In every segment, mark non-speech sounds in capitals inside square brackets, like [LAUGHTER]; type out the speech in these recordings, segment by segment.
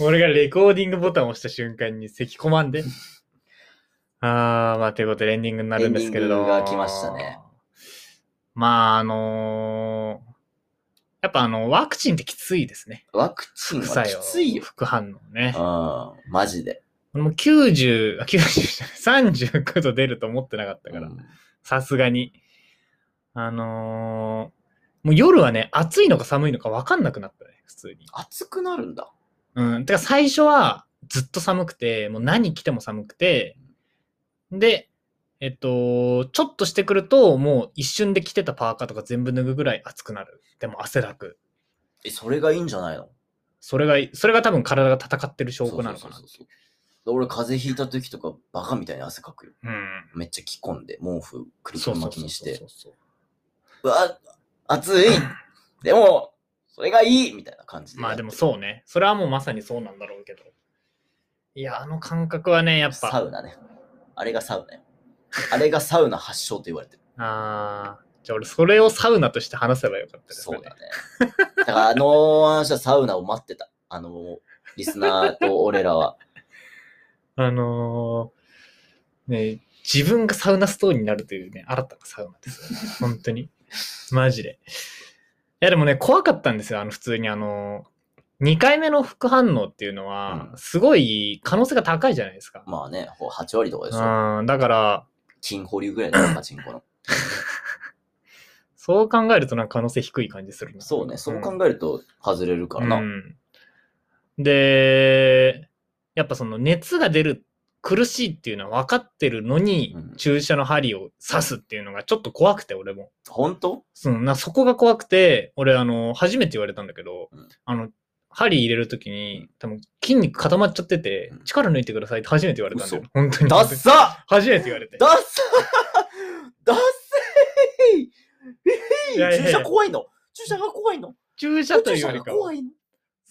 俺がレコーディングボタンを押した瞬間に咳込まんで。 [LAUGHS] あー、まあ、ということでエンディングになるんですけれどエンディングが来ましたね。まあ、あのーやっぱあの、ワクチンってきついですね。ワクチン副は作き用。ついよ。副反応ね。うん、マジで。俺もう90、あ90じゃない、39度出ると思ってなかっただから、さすがに。あのーもう夜はね、暑いのか寒いのか分かんなくなったね、普通に。暑くなるんだ。うん。てか最初はずっと寒くて、もう何着ても寒くて、で、えっと、ちょっとしてくると、もう一瞬で着てたパーカーとか全部脱ぐぐらい暑くなる。でも汗だく。え、それがいいんじゃないのそれが、それが多分体が戦ってる証拠なのかなそうそう。そうそう俺、風邪ひいた時とか、バカみたいに汗かくよ。うん。めっちゃ着込んで、毛布、クリそうそうップ巻そきうにしてそ。うそう。うわ、暑いでも、それがいいみたいな感じで。まあでもそうね。それはもうまさにそうなんだろうけど。いや、あの感覚はね、やっサぱ。ウナね。あれがサウナよ。あれがサウナ発祥と言われ [LAUGHS] てる。あーじゃあ俺、それをサウナとして話せばよかったですそねう。だね。だからあの話はサウナを待ってた。あの、リスナーと俺らは。あのーね、自分がサウナストーンになるというね、新たなサウナですよね。本当に。マジで。いや、でもね、怖かったんですよ。あの、普通にあのー、2回目の副反応っていうのはう、んすごい可能性が高いじゃないですか。まあね、ほう8割とかでしょ。うん、だから、金保留ぐらいだよ、パチンコの。そう考えるとなんか可能性低い感じするなそうね、そう考んえると外れるからな。うんで、やっぱその熱が出る、苦しいっていうのは分かってるのに、うん注射の針を刺すっていうのがちょっと怖くて、俺も。本当そのなそこが怖くて、俺、あの、初めて言われたんだけど、うんあの、針入れるときに、多分筋肉固まっちゃってて、うん力抜いてくださいって初めて言われたんだよ。嘘本当に。ダッサ初めて言われて。ダッサダッセーいやいやいや注射怖いの注射が怖いの注射と注いうよ射りがかは怖、いの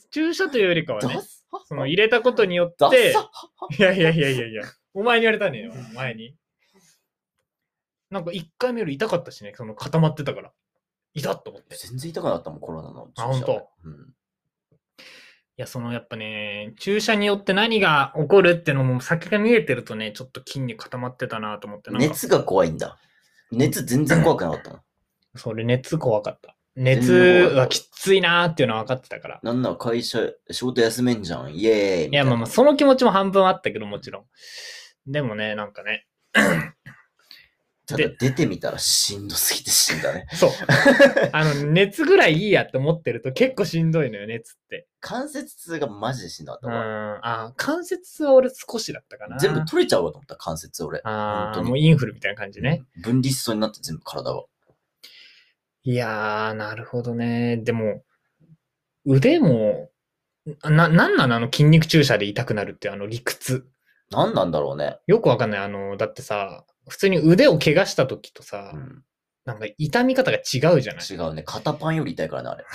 注射というよりかはダねッ、サその入れたことによダっッて、サいやいやいやいやいや、お前に言われたねよ、前に。なんか1回目より痛かったしね、その固まってたから。痛っと思って。い全然痛くなかったもん、コロナの注射。あほんとうんや、そのやっぱね、注射によって何が起こるってのも先が見えてるとね、ちょっと筋肉固まってたなと思って、なんか、熱が怖いんだ。熱全然怖くなかったの。それ熱怖かった。然熱はきついなーっていうのは分かってたから。なんなら会社、仕事休めんじゃん。イエーイみいたや、いまなあまあ、その気持ちも半分あったけど、もちろん。でもね、なんかね、ただ出てみたらしんどすぎて死んだね。そう。 [LAUGHS] あの、熱ぐらいいいやって思ってると結構しんどいのよ、熱って。関節痛がマジでしんどかったうん。わ。あー、関節痛は俺少しだったかな。全部取れちゃうわと思った、関節俺。あ本あ、当にもうインフルみたいな感じね。うん分離しそうになって全部体が。いやー、なるほどね。でも、腕も、な、なんなのあの筋肉注射で痛くなるって、あの理屈。何なんだろうね。よくわかんない。あの、だってさ、普通に腕を怪我した時とさ、うんなんか痛み方が違うじゃない違うね。肩パンより痛いからね、あれ。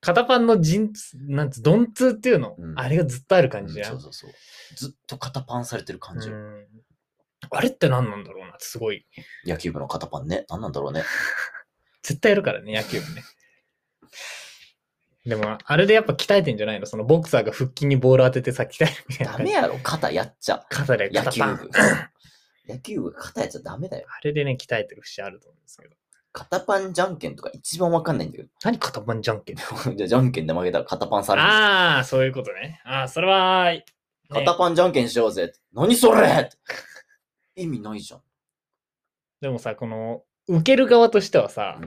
肩パンの陣痛、なんつ、鈍痛っていうの、うんあれがずっとある感じじゃん。うんそうそうそう。ずっと肩パンされてる感じよ。うんあれって何なんだろうなってすごい。野球部の肩パンね。何なんだろうね。絶対やるからね、野球部ね。 [LAUGHS] でも、あれでやっぱ鍛えてんじゃないのそのボクサーが腹筋にボール当ててさ、鍛えるみ [LAUGHS] たいなダ感メじ。やろ、肩やっちゃ。肩で野肩球パン。部。 [LAUGHS] 野球部が肩やっちゃダメだよ。あれでね、鍛えてる節あると思うんですけど。肩パンじゃんけんとか一番わかんないんだけど。 [LAUGHS] 何肩パンじゃんけんじゃあ、じゃんけんで負けたら肩パンされる。ああ、そういうことね。ああ、それは、ね肩パンじゃんけんしようぜ。何それ意味ないじゃん。でもさ、この、受ける側としてはさ、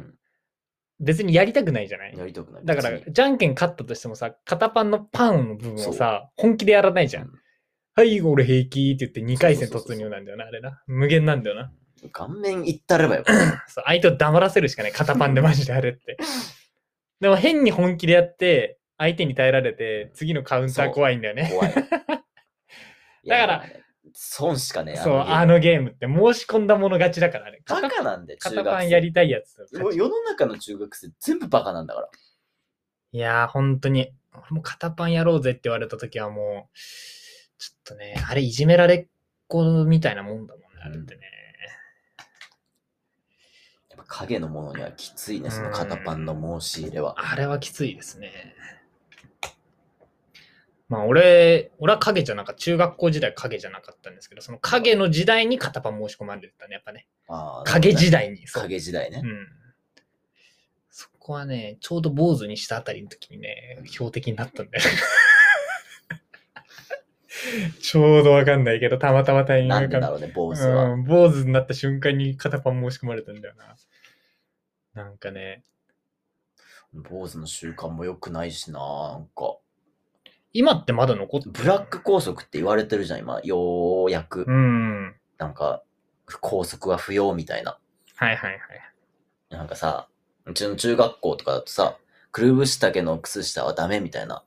別にやりたくないじゃないやりたくない。だから別、にじゃんけん勝ったとしてもさ、肩パンのパンの部分をさ、本気でやらないじゃん。はい、俺平気って言って2回戦そうそうそ突うそ入うなんだよな、あれな。無限なんだよな。うん顔面いったればよ。そう相手を黙らせるしかない、肩パンでマジであれ [LAUGHS] って。でも変に本気でやって、相手に耐えられて、次のカウンター怖いんだよね。 [LAUGHS] 怖い。だから、損しかねえ。そう、あののゲームって申し込んだもの勝ちだからね。ゲーム、バ肩カなんで、中肩学パン生やりたいやつ。もう世の中の中学生全部バカなんだから。いやー、本当に、俺も肩パンやろうぜって言われた時はもう、ちょっとね、あれいじめられっ子みたいなもんだもんね、あれってね。やっぱ影のものにはきついね、その肩パンの申し入れは。あれはきついですね。まあ俺、俺は影じゃなかった。中学校時代影じゃなかったんですけど、その影の時代に片パン申し込まれてたね、やっぱね。あー影時代に。そう影時代ねう。ん。そこはね、ちょうど坊主にしたあたりの時にね、標的になったん [LAUGHS] だよね。ちょうどわかんないけど、たまたまタイミングながんでだろうね、坊主は。うん、坊主になった瞬間に片パン申し込まれたんだよな。なんかね、坊主の習慣も良くないしな、なんか。今ってまだ残ってるブラック拘束って言われてるじゃん、今。ようやく。うん。はいなんか、拘束は不要みたいな。はいはい。なんかさ、うちの中学校とかだとさ、くるぶし丈の靴下はダメみたいな。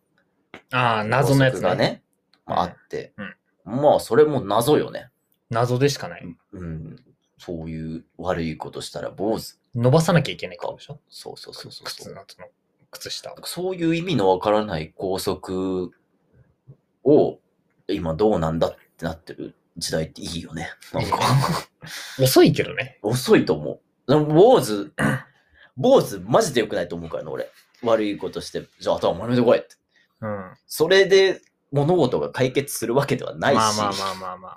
ああ、謎のやつ法則がね。ね、まあ、あって、うんまあそれも謎よね、謎でしかない。うん、そういう悪いことしたら坊主伸ばさなきゃいけないからでしょそうそうそうそうそ靴うの後の靴下を。そういう意味のわからない校則を今どうなんだってなってる時代っていいよねなん [LAUGHS] か遅いけどね。遅いと思うでも坊主 [COUGHS] 坊主マジで良くないと思うからね俺悪いことしてじゃあ頭丸めてこいってうん。それで物事が解決するわけではないし、まあまあまあまあまあまあ。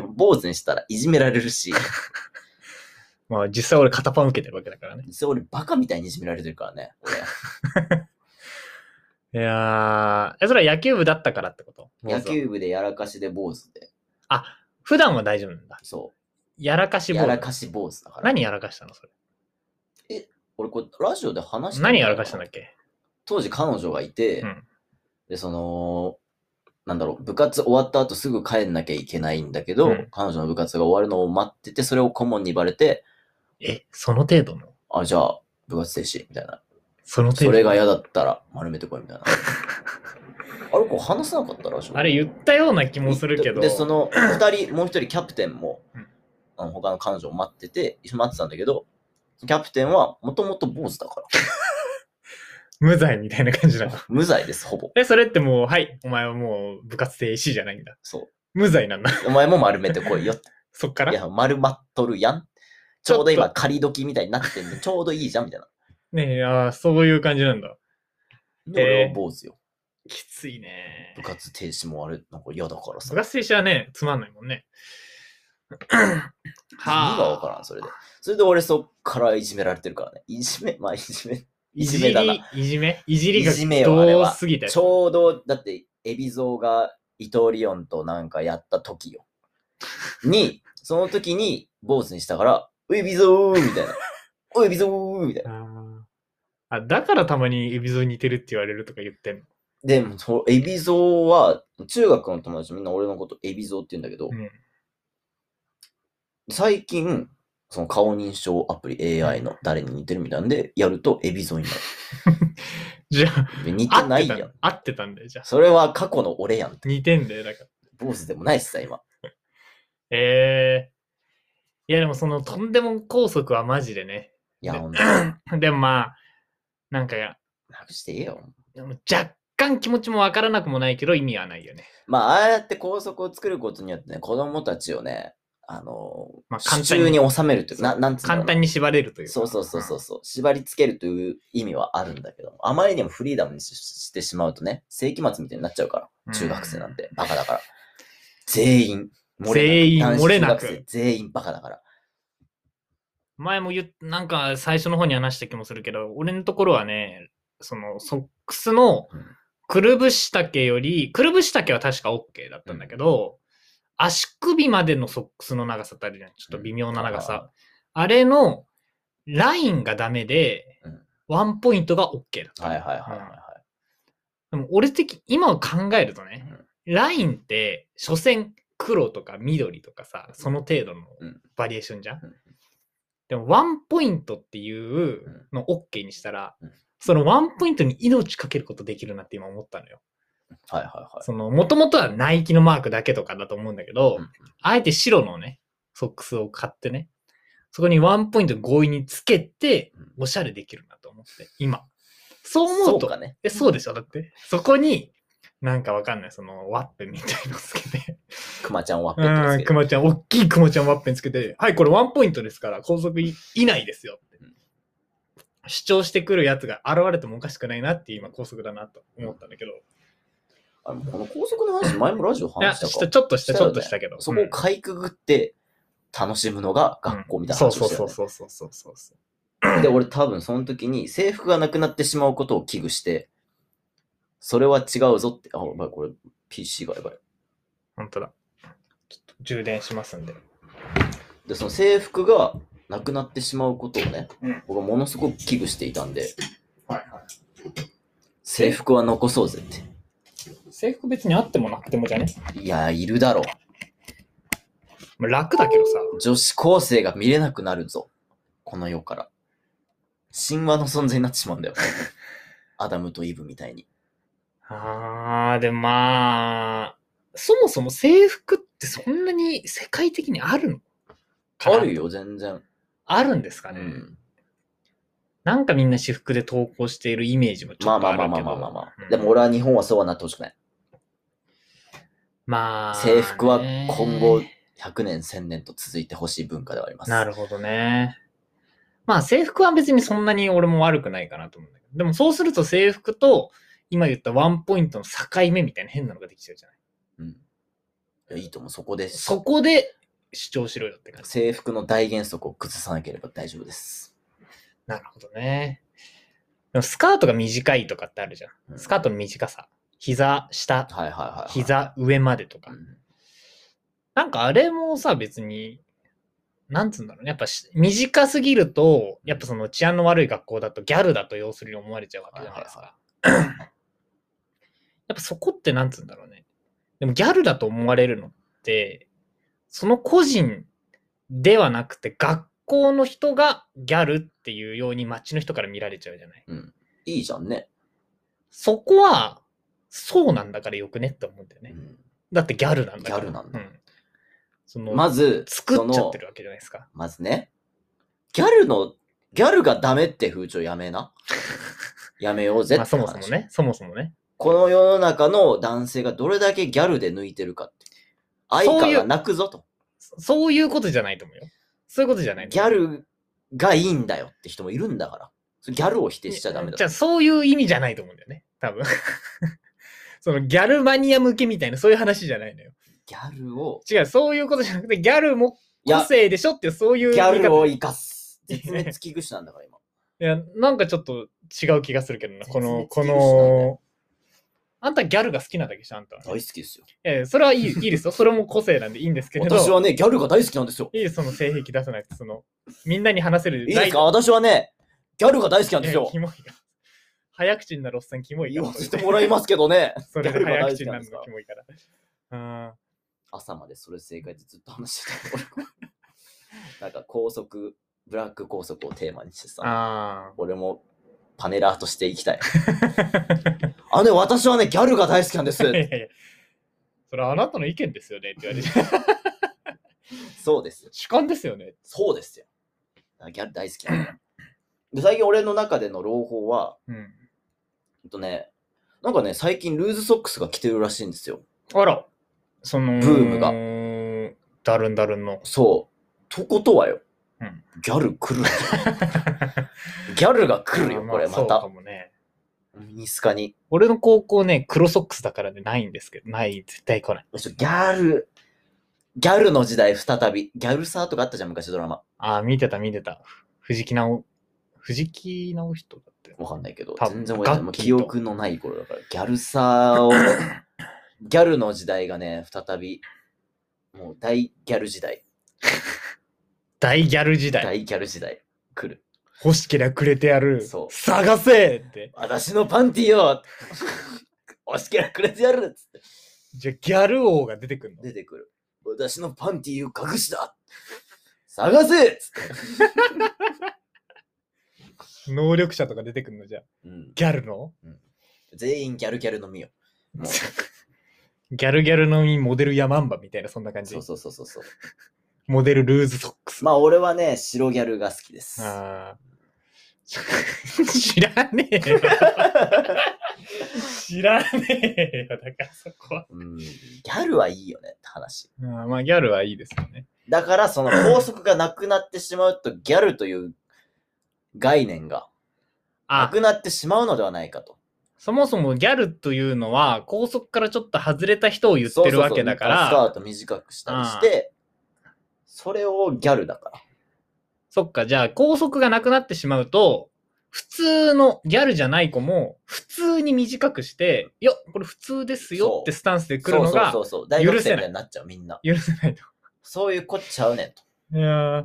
で坊主にしたらいじめられる [LAUGHS] しまあ実際俺片パン受けてるわけだからね。実際俺バカみたいにいじめられてるからね。俺いやー、えそれは野球部だったからってこと野球部でやらかしで坊主で。普段は大丈夫なんだ。そやらかう。しボーやルらかし坊主だから。何やらかしたのそれ。俺これラジオで話した何やらかしたんだっけ当時彼女がいて、うんで、その、なんだろう、部活終わった後すぐ帰んなきゃいけないんだけど、うん彼女の部活が終わるのを待ってて、それを顧問にバレて、え、その程度のあ、じゃあ、部活停止みたいな。その程度それが嫌だったら丸めてこい [LAUGHS] みたいな。あれ、こう話さなかったらしょあれ言ったような気もするけど。で、その2人、もう1人キャプテンもうん、あの他の彼女を待ってて、一緒に待ってたんだけど、キャプテンはもともと坊主だか無罪みたいな感じなのら。。無罪です、ほぼ。え、それってもう、はい、お前はもう部活停止じゃないんだ。そ無罪なんだ。 [LAUGHS] う。お前も丸めてこいよって。そっからいや、丸まっとるやん。ちょうど今、仮時みたいになってんで、ちょうどいいじゃん、みたいな。ねえ、ああ、そういう感じなんだ。で、俺は坊主よ。きついね部。活停止もあれ、なんか嫌だからさ。部活停止はね、つまんないもん [CLEARS THROAT] ね。意味がわからん、それで。それで俺そっからいじめられてるからね。いじめ、まあいじめ。いいじじりめだな、いじめいじりがいじめよあれどはうすぎたよちょうど、だって、海老蔵が伊藤リオンとなんかやった時よ。 [LAUGHS] に、その時に坊主にしたから、おい海老蔵み [LAUGHS] たいな。おい海老蔵みたいな。あーあ、だからたまにエビゾに似てるって言われるとか言ってんの。でも、その海老蔵は、中学の友達みんな俺のこと海老蔵って言うんだけど、うん最近、その顔認証アプリ AI の誰に似てるみたいなんで、やると海老蔵になじゃあ、るで。似て合なっていたやんん。合ってたんだよ、じゃあ。それは過去の俺やん。似てんだよ、だから。坊主でもないしさ、今。ええいや、でもその、とんでも高速はマジでね。いや、ねほんと、なでもまあ、なんか、くしてええよ。でも若干気持ちもわからなくもないけど意味はないよね。まあ、ああやって校則を作ることによってね、子供たちをね、あのー、まあ簡手単に中に収めるというか、ななんつうの簡単に縛れるというか。そうそうそうそうそう、縛り付けるという意味はあるんだけど、あまりにもフリーダムにししてしまうとね、世紀末みたいになっちゃうかうんら、中学生なんて、バカだから。全員、漏全員男子漏れなく中学生全員バカだから。うん。前も言っなんか最初の方に話した気もするけど、俺のところはね、そのソックスのうんくるぶし丈より、くるぶし丈は確か OK だったんだけど、足首までのソックスの長さってあるじゃん。ちょっと微妙な長さ。あれのラインがダメで、うんワンポイントが OK だっはいた。はいはいはいはでも俺的、今を考えるとね、い。ラインって、所詮黒とか緑とかさ、その程度のうんバリエーションじゃん、うんでも、ワンポイントっていうんうのを OK にしたら、うんそのワンポイントに命かけることできるなって今思ったのよ。はいはいはい。その、もともとはナイキのマークだけとかだと思うんだけど、うんあえて白のね、ソックスを買ってね、そこにワンポイント強引につけてうん、おしゃれできるなと思って、今。そう思そううと、かね。え、そうでしょだって。そこに、なんかわかんない、そのワッペンみたいのつけて。クマちゃんワッペンうですん、けクど。マちゃん、おっきいクマちゃんワッペンつけて、はい、これワンポイントですから、拘束い以内ですよってうん。主張してくるやつが現れてもおかしくないなって今拘束だなと思ったんだけど。あのこの高速の話、前もラジオいや、話ちょしたっか。とした、ちょっとしたけど。そこをかいくぐって楽しむのが学校みたいな話をしてそうたよねそうそうそうそうそうそう。で、俺多分その時に制服がなくなってしまうことを危惧して、それは違うぞって、あ、お前これ PC がやばい。本当だ。ちょっと充電しますんで。で、その制服がなくなってしまうことをね、うん僕はものすごく危惧していたんで、はいはい。制服は残そうぜって。制服別にあってもなくてもじゃねいや、いるだろまあ楽だけどさ。う。女子高生が見れなくなるぞ。この世から。神話の存在になってし [LAUGHS] まうんだよ。アダムとイブみたいに。あー、でもまあ、そもそも制服ってそんなに世界的にあるのかあなるよ、全然。あるんですかうね、ん。なんかみんな私服で投稿しているイメージもちまょあっとまああるまあけど。まあまあまあまうあ。んでも俺は日本はそうはなってほしくない。まあ、制服は今後ね100年1000年と続いてほしい文化ではあります。なるほどね。まあ制服は別にそんなに俺も悪くないかなと思うんだけど。でもそうすると制服と今言ったワンポイントの境目みたいな変なのができちゃうじゃない。うん、いやいいと思う。そこでそこで主張しろよって感じ。制服の大原則を崩さなければ大丈夫です。なるほどね。でもスカートが短いとかってあるじゃん。うんスカートの短さ。膝下、はいはいはい、はい。膝上までとかう。んなんかあれもさ、別に、なんつうんだろうね。やっぱし短すぎると、やっぱその治安の悪い学校だとギャルだと要するに思われちゃうわけじゃないですはいか。やっぱそこってなんつうんだろうね。でもギャルだと思われるのって、その個人ではなくて学校の人がギャルっていうように街の人から見られちゃうじゃない。うん。いいじゃんね。そこは、そうなんだからよくねって思うんだようね。んだってギャルなんだから。ギャルなんだうん、その、まず、作っちゃってそのるわけじゃないですか。まずね、ギャルの、ギャルがダメって風潮や [LAUGHS] めな。やめようぜまっあ、てそ話、もそもね、そもそもね。この世の中の男性がどれだけギャルで抜いてるかって。愛そう花いうが泣くぞと。そそういうことじゃないと思うよ。そういうことじゃないとギ思ャう。ルがいいんだよって人もいるんだから。それギャルを否定しちゃダメじゃだ。あ、そういう意味じゃないと思うんだよね。多分。 [LAUGHS] そのギャルマニア向けみたいな、そういう話じゃないのよ。ギャルを、違う、そういうことじゃなくて、ギャルもい個や、性でしょって、そういギうャルをい生かす。絶滅危惧種なんだか [LAUGHS] ら今。や、なんかちょっと違う気がするけどな、この、こ全然違うしなんだの、あんたギャルが好きなだけでしょ、あんたはね。大好きですよ。ええ、それはい [LAUGHS] いいいですよ。それも個性なんでいいん [LAUGHS] ですけれど、私はね、ギャルが大好きなんですよ。いいですその性癖出さなくて、その、みんなに話せる。いいですか私はね、ギャルが大好きなんですえよえ。キモいから早口になるおっさん、キモい言からわせてもらいますけどね。それでギャルが早大好口きにななんるですかのキモいから。あ朝までそれ正解でずっと話してた。俺なんか高速、ブラック高速をテーマにしてーさ、あ俺もパネラーとしていきたい。ー。あのね、私はね、ギャルが大好きなんで [LAUGHS] すい。やいやいやそれあなたの意見ですよねって言われて、 [LAUGHS] そうですよ。主観ですよね。そうですよ。だからギャル大好きなのよで、最近俺の中での朗報は、うん。ほんとね、なんかね、最近ルーズソックスが着てるらしいんですよ。あら、その、ブームが。だるんだるんの。そう。とことはよ、うんギャル来るん [LAUGHS] じゃんギャルが来るよ、あーこれあまそうかた。もね。ミニスカに。俺の高校ね、黒ソックスだからね、ないんですけど、ない、絶対来ない。ちょギャル、ギャルの時代再び。ギャルサーとかあったじゃん、昔ドラマ。ああ、見てた見てた。藤木直、藤木直人だって。わかんないけど多、分全然覚えてない。もガうッキー記と憶のない頃だから、ギャルサ [LAUGHS] ーを、ギャルの時代がね、再び、もう大ギャル時代、大ギャル時代。大ギャル時代来る。欲しけりゃくれてやる。そう探せって。私のパンティーを押しけらくれてやるっつってじゃあ、ギャル王が出てくるの出てくる。私のパンティーを隠しだ探せっつって、能力者とか出てくるのじゃあ。うん、ギャルの全員ギャルギャルのみよ。もうギャルギャルのみモデルヤマンバみたいな、そんな感じそう。そうそうそうそう。モデルルーズソックス。まあ俺はね、白ギャルが好きです。ああ。知らねえよ。知らねえよ。だからそこは。うん、ギャルはいいよねって話。うんまあギャルはいいですよね。だからその法則がなくなってしまうと、ギャルという概念がなあ、くなってしまうのではないかと。そもそもギャルというのは、高速からちょっと外れた人を言ってるわけだかそうそうそうら、スカート短くしたりして、それをギャルだから。そっか、じゃあ高速がなくなってしまうと、普通のギャルじゃない子も、普通に短くして、いや、これ普通ですよってスタンスで来るのがそうそうそうそう。大学許せない生みたいになっちゃう、みんな。許せないと。そういうこっちゃうねんと。いやー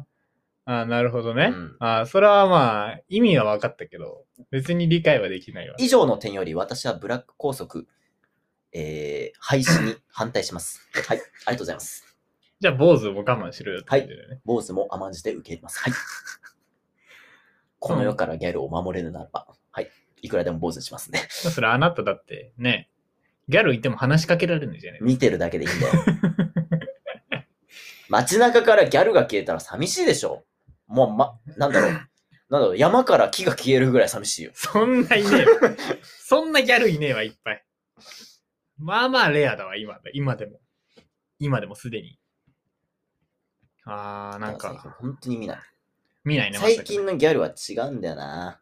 あーなるほどね。うんあーそれはまあ、意味は分かったけど、別に理解はできないわ。以上の点より私はブラック拘束、えー、廃止に反対します。はい、ありがとうございます。じゃあ、坊主も我慢しろよって感じだよね。坊主も甘んじて受け入れます。はい。この世からギャルを守れるならば、はい、いくらでも坊主にしますね。まあそれあなただってね、ギャルいても話しかけられるんじゃない見てるだけでいいんだよ。街中からギャルが消えたら寂しいでしょ。もう、ま、なんだろう。なんだろう、山から木が消えるぐらい寂しいよ。そんないねえわそんなギャルいねえわ、いっぱい。まあまあレアだわ、今で今でも。今でもすでに。あー、なんだら最近か、本当に見ない。見ないね、最近ののギャルは違うんだよな。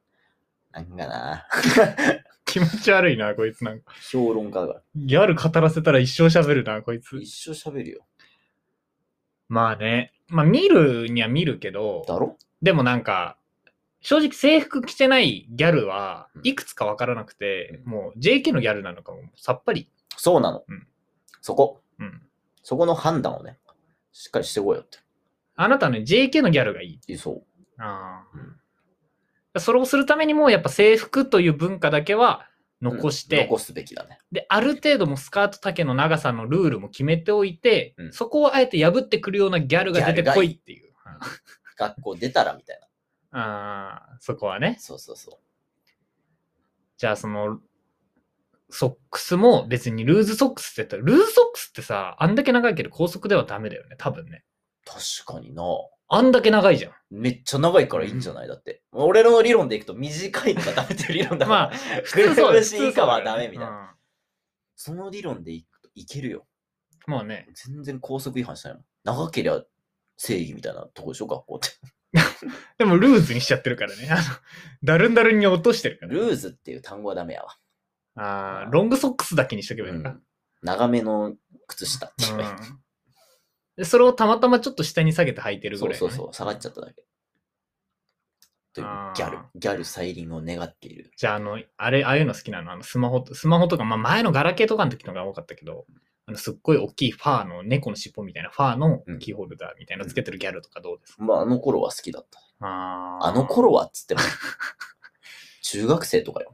なんかな。気持ち悪いな、こいつなんか。評論家だから。ギャル語らせたら一生喋るな、こいつ。一生喋るよ。まあね。まあ見るには見るけど、だろでもなんか、正直制服着てないギャルはうんいくつかわからなくて、うんもう JK のギャルなのかもさっぱり。そうなの。うんそこ。うん。そこの判断をね、しっかりしてこいよって。あなたはね、JK のギャルがいい。いいそう。ああうんそれをするためにも、やっぱ制服という文化だけは残して、うん残すべきだね。で、ある程度もスカート丈の長さのルールも決めておいて、うんそこをあえて破ってくるようなギャルが出てこいっていう。学校出たらみたいな。ああ、そこはね。そうそうそじゃあ、その、ソックスも別にルーズソックスって言ったら、ルーズソックスってさ、あんだけ長いけど高速ではダメだよね、多分ね。う。確かにな。あんだけ長いじゃん。めっちゃ長いからいいんじゃないだって。俺の理論でいくと短いのがダメっていう理論だから。まあ [LAUGHS] 普通そうだよ普通そうだよねダメみたいなうんその理論でいくといけるよ。もうね、全然高速違反しないもん。長けりゃ正義みたいなとこでしょ、学校って。でもルーズにしちゃってるからね。あの、だるんだるんに落としてるから、ね。ルーズっていう単語はダメやわ。ああ、ロングソックスだけにしとけばいいのか。長めの靴下っていうね。うんでそれをたまたまちょっと下に下げて履い [LAUGHS] てるぐそうらいそのうね、そう、下がっちゃっただけ。というあーギャル、ギャル再臨を願っている。じゃあ、あの、あれ、ああいうの好きなのあの、スマホと、スマホとか、まあ前のガラケーとかの時のが多かったけど、あの、すっごい大きいファーの、猫の尻尾みたいな、ファーのうんキーホルダーみたいなのつけてるギャルとかどうですか、まあ、あの頃は好きだった。あーあの頃はっつっ [LAUGHS] ても、中学生とかよ。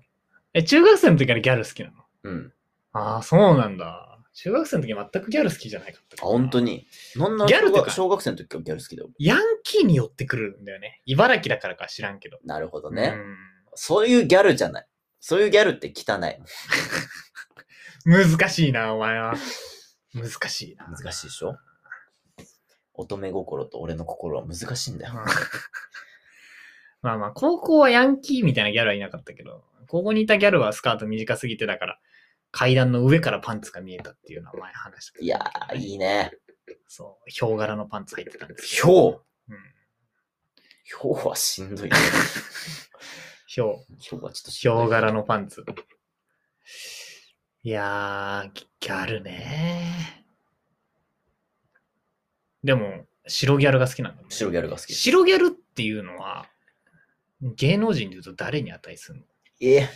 え、中学生の時からギャル好きなのうん。ああ、そうなんだ。中学生の時全くギャル好きじゃないかったあ、からな本当に。なんならギャルってか小学生の時からギャル好きだよ。ヤンキーに寄ってくるんだよね。茨城だからか知らんけど。なるほどね、うんそういうギャルじゃない。そういうギャルって汚い。難しいな、お前は。難しいな。難しいでしょ乙女心と俺の心は難しいんだうんよ。まあまあ、高校はヤンキーみたいなギャルはいなかったけど、高校にいたギャルはスカート短すぎてだから、階段の上からパンツが見えたっていうのは前話したけどいやー、いいね。そう、ヒョウ柄のパンツ入ってたんですひけど。ょうう。んひょうはしんどいね。ヒョウ。ひょうはちょっとしヒんどいョウ柄のパンツ。いやー、ギギャルねでも、白ギャルが好きなんだもんね白ギャルが好き。白ギャルっていうのは、芸能人で言うと誰に値するのええ。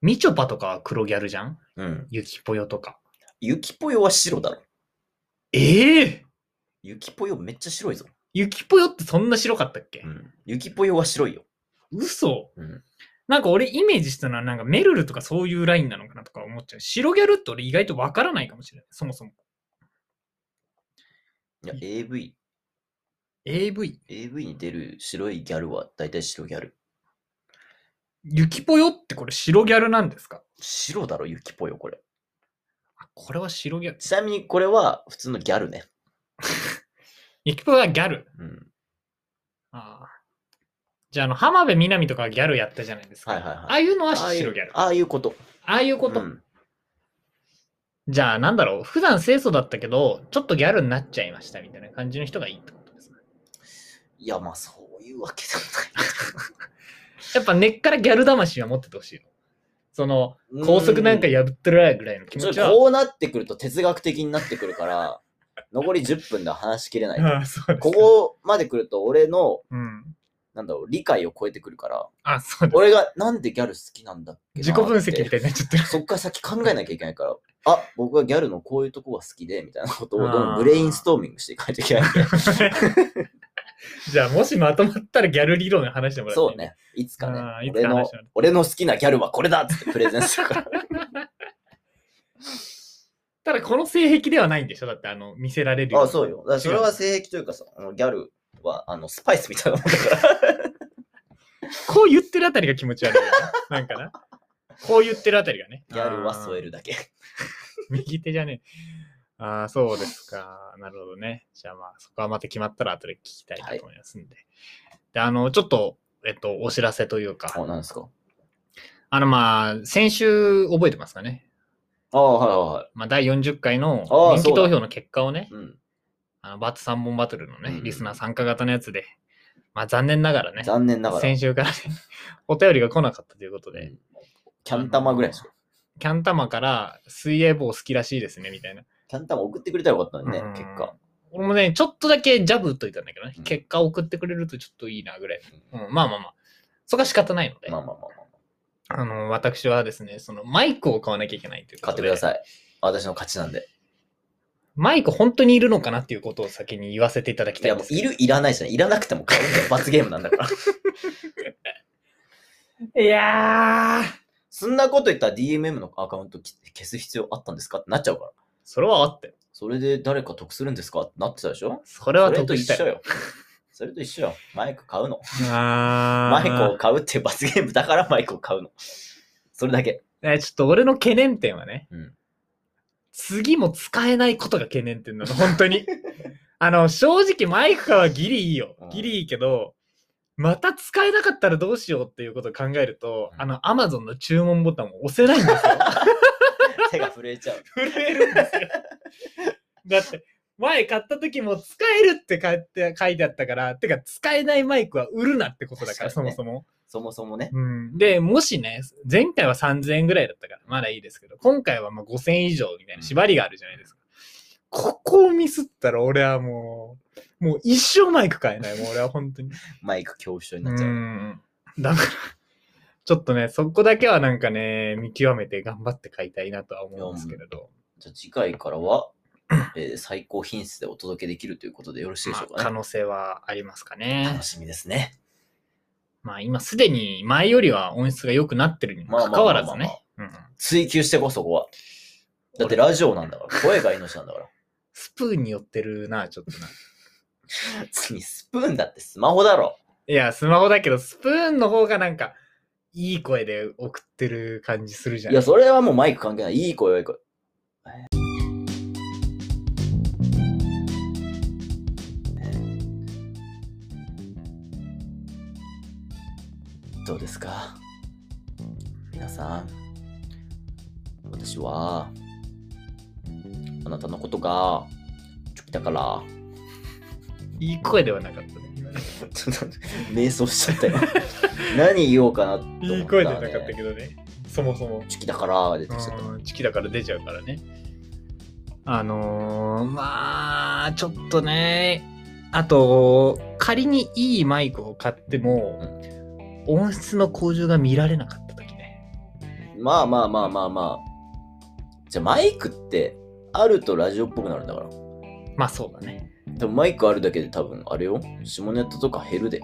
みちょぱとかは黒ギャルじゃんうん。ゆきぽよとか。ゆきぽよは白だろ。ええゆきぽよめっちゃ白いぞ。ゆきぽよってそんな白かったっけ、ん。ゆきぽよは白いよ。嘘うん。なんか俺イメージしたのはなんかメルルとかそういうラインなのかなとか思っちゃう。白ギャルって俺意外とわからないかもしれない。そもそも。いやい、 AV、 AV。 AV に出る白いギャルは大体白ギャル。ゆきぽよってこれ白ギャルなんですか白だろ、ゆきぽよ、これ。あこれは白ギャル。ちなみにこれは普通のギャルね。ゆきぽよはギャル。うん。ああ。じゃあ、あの、浜辺美波とかギャルやったじゃないですか。はいはいはいああいうのはああい白ギャうル。あああいうこと。あいうこと。うんじゃあ、なんだろう。普段清楚だったけど、ちょっとギャルになっちゃいましたみたいな感じの人がいいってことですか。いや、まあ、そういうわけでもやっぱ根っからギャル魂は持っててほしいの。その、な [LAUGHS] い。高速なんか破ってるわぐらいの気ちょ持っちとは。こうなってくると哲学的になってくるから、残り10分では話しきれない。ああ、そうですかここまで来ると俺の、うん。なんだろう、理解を超えてくるから、あ、そうです。俺がなんでギャル好きなんだっけな自己分析っみてたいになっちゃってる。そっから先考えなきゃいけないから、あ、僕はギャルのこういうとこが好きで、みたいなことをどんどんブレインストーミングしていかないといけ [LAUGHS] ないんで。じゃあ、もしまとまったらギャル理論の話してもらって。そう。ね。いつかねあー。いつ俺か話のしましょう、俺の好きなギャルはこれだっつってプレゼンするから。 [LAUGHS] ただ、この性癖ではないんでしょだって、あの、見せられるあ、そうよ。だからそれは性癖というかさ、あのギャルは、あの、スパイスみたいなもんだから。こう言ってるあたりが気持ち悪いよね。なん [LAUGHS] かな。こう言ってるあたりがね。ギャルは添えるだけ。あー。右手じゃねえ。ああ、そうですか。なるほどね。じゃあまあ、そこはまた決まったら後で聞きたいなと思いますんで。で、あの、ちょっと、えっと、お知らせというあ、か、なんですかあのまあ、先週覚えてますかね。ああ、はいはまあ、第40回のあ人ー気そうだ投票の結果をねい、はい。うん。あのバツ3本バトルのうんねう、んリスナー参加型のやつで、まあ残念ながらね、残念ながら。先週からね、お便りが来なかったということうで、んキャン玉ぐらいでしょ。キャンタマから水泳棒好きらしいですね、みたいな。キャン玉送ってくれたらよかったのにねうん、結果。俺もね、ちょっとだけジャブ打っといたんだけどね、うん結果送ってくれるとちょっといいな、ぐらい。うん、まあまあまあ。そこは仕方ないので、まあまあまあまあ。あの、私はですね、そのマイクを買わなきゃいけないというこ買っとで。てください。私の勝ちなんで。マイク本当にいるのかなっていうことを先に言わせていただきいたいや、んもでうすけど。いる、いらないじゃん。いらなくても買うんだよ。罰ゲームなんだから。いやー、そんなこと言ったら DMM のアカウントき消す必要あったんですかってなっちゃうから。それはあって。それで誰か得するんですかってなってたでしょそれはそれと得一した緒。よ。それと一緒よ。マイク買うの。ママイクを買うって罰ゲームだからマイクを買うの。それだけ。えちょっと俺の懸念点はね、うん次も使えないことが懸念点なの、本当 [LAUGHS] に。あの、正直マイクはギリいいようん。ギリいいけど、また使えなかったらどうしようっていうことを考えると、うんあの、アマゾンの注文ボタンを押せないんですよ。手が [LAUGHS] 震えちゃう。震えるんですよ。だって、前買った時も使えるって書いて書いてあったから、てか使えないマイクは売るなってことだから、確かそにもねそも。そもそもね。うん、で、もしね、前回は3000円ぐらいだったから、まだいいですけど、今回はまあ5000円以上みたいな縛りがあるじゃないですか。ここをミスったら俺はもう、もう一生マイク買えない、もう俺は本当に。マイク恐怖症にうなっちゃう。ん。だから、ちょっとね、そこだけはなんかね、見極めて頑張って買いたいなとは思うんですけれど、じゃあ次回からは、えー最高品質でお届けできるということでよろしいでしまょあうか可ね。能性はありますかね楽。しみですね。まあ今すでに前よりは音質が良くなってるにもまあかまあかまわあまあらずね。うん追求してこそここは。だってラジオなんだから。声が命なんだから。 [LAUGHS] スプーンに寄ってるな、ちょっとな。次、スプーンだってスマホだろ。いや、スマホだけど、スプーンの方がなんか、いい声で送ってる感じするじゃいん。や、それはもうマイク関係ない。いい声、いい声。どうですか皆さん。私は、あなたのことが、ちょっとだから、いい声ではなかったね。ちょっと、 [LAUGHS] 瞑想しちゃったよ。何言おうかなと思った、ね。いい声ではなかったけどね。そもそも。チキだからが出てきちゃった。うん、チキだから出ちゃうからね。あのー、まあ、ちょっとね、あと、仮にいいマイクを買っても、音質の向上が見られなかった時ね。まあまあまあまあまあ。じゃあマイクってあるとラジオっぽくなるんだから。まあそうだね。 [LAUGHS] でもマイクあるだけで多分あれよ。下ネタとか減るで。い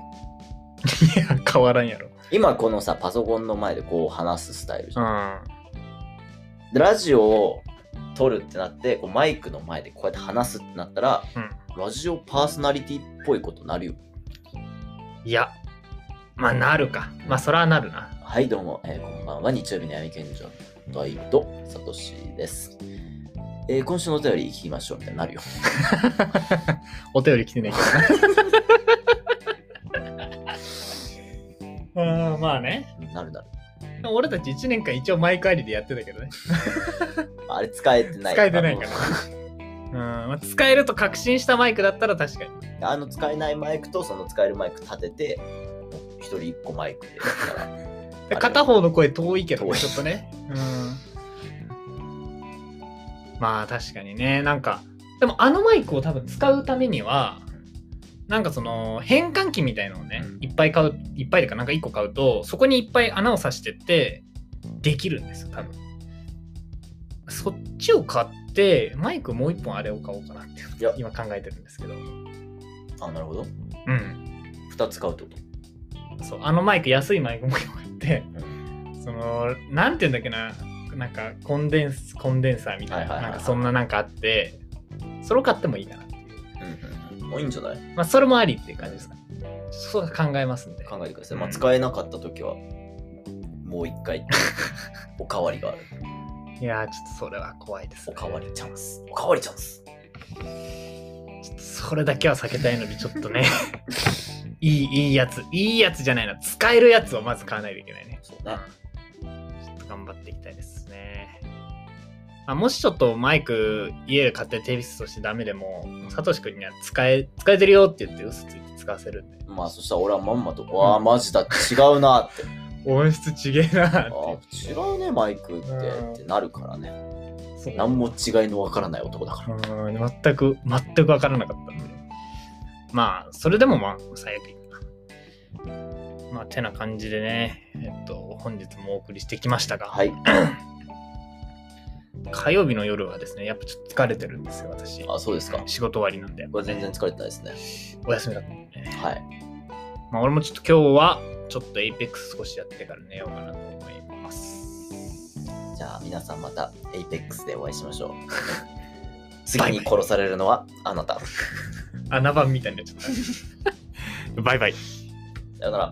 や、変わらんやろ。今このさ、パソコンの前でこう話すスタイルじうゃん。ん。でラジオを撮るってなって、こうマイクの前でこうやって話すってなったら、ラジオパーソナリティっぽいことなるよ。いや、まあなるか。まあそらなるな。はい、どうも、えーこんばんは。日曜日の闇賢者ダイとサトシです。えー今週のお便り聞きましょうみたいになるよ。 [LAUGHS] お便り来てないけどな。うん、 [LAUGHS] まあね。うんなるなる。でも俺たち1年間一応前帰りでやってたけどね。あれ使えてない。使えてないから。うん、まあ、使えると確信したマイクだったら確かに。あの使えないマイクとその使えるマイク立てて、一人一個マイクでや [LAUGHS] ったでら。片方の声遠いけど遠ね、いちょっとね。うん。まあ確かにね、なんか、でもあのマイクを多分使うためには、なんかその変換器みたいのをね、いっぱい買う、いっぱいでかなんか1個買うと、そこにいっぱい穴を刺してって、できるんですよ、多分。そっちを買って、マイクもう1本あれを買おうかなっていや、今考えてるんですけど。あ、なるほど。うん。二つ買うってこと。そう、あのマイク、安いマイクも買って、うんそのなんて言うんだっけななんかコンデンスコンデンサーみたいな,、はいはいはいはいなんかそんななんかあってそれを買ってもいいかな、うんうん。もういいんじゃないまあ、それもありっていう感じですかねそう考えますんで考えてください。まあ、使えなかったときは、もう一回、 [LAUGHS] おかわりがある。いやーちょっとそれは怖いですおねかわりチャンス。おかわりチャンス。ちょっとそれだけは避けたいので [LAUGHS] ちょっとねいいいいやついいやつじゃないな使えるやつをまず買わないといけないねそうね。ちょっと頑張っていきたいですね。あもしちょっとマイク家で買ってテービスとしてダメでも、サトシ君には使え使えてるよって言って嘘ついて使わせるんで。まあ、そしたら俺はまんまと、わあ、マジだ、違うなって。音質ちげえなあって。違うね、マイクって、うんってなるからね。そう何も違いのわからない男だから。うん全く、全く分からなかったんで。まあ、それでもまあ、最悪いいかな。まあ、てな感じでね、えっと、本日もお送りしてきましたが、はい。火曜日の夜はですね、やっぱちょっと疲れてるんですよ、私。あ、そうですか。仕事終わりなんで、これ全然疲れてないですね。お休みだったんでね。はい。まあ、俺もちょっと今日は、ちょっとエイペックス少しやってから寝ようかなと思います。じゃあ、皆さんまた APEX でお会いしまし [LAUGHS] ょう。次に殺されるのはあなた。 [LAUGHS] 穴番みたいになっちゃった。バイバイ。さよなら。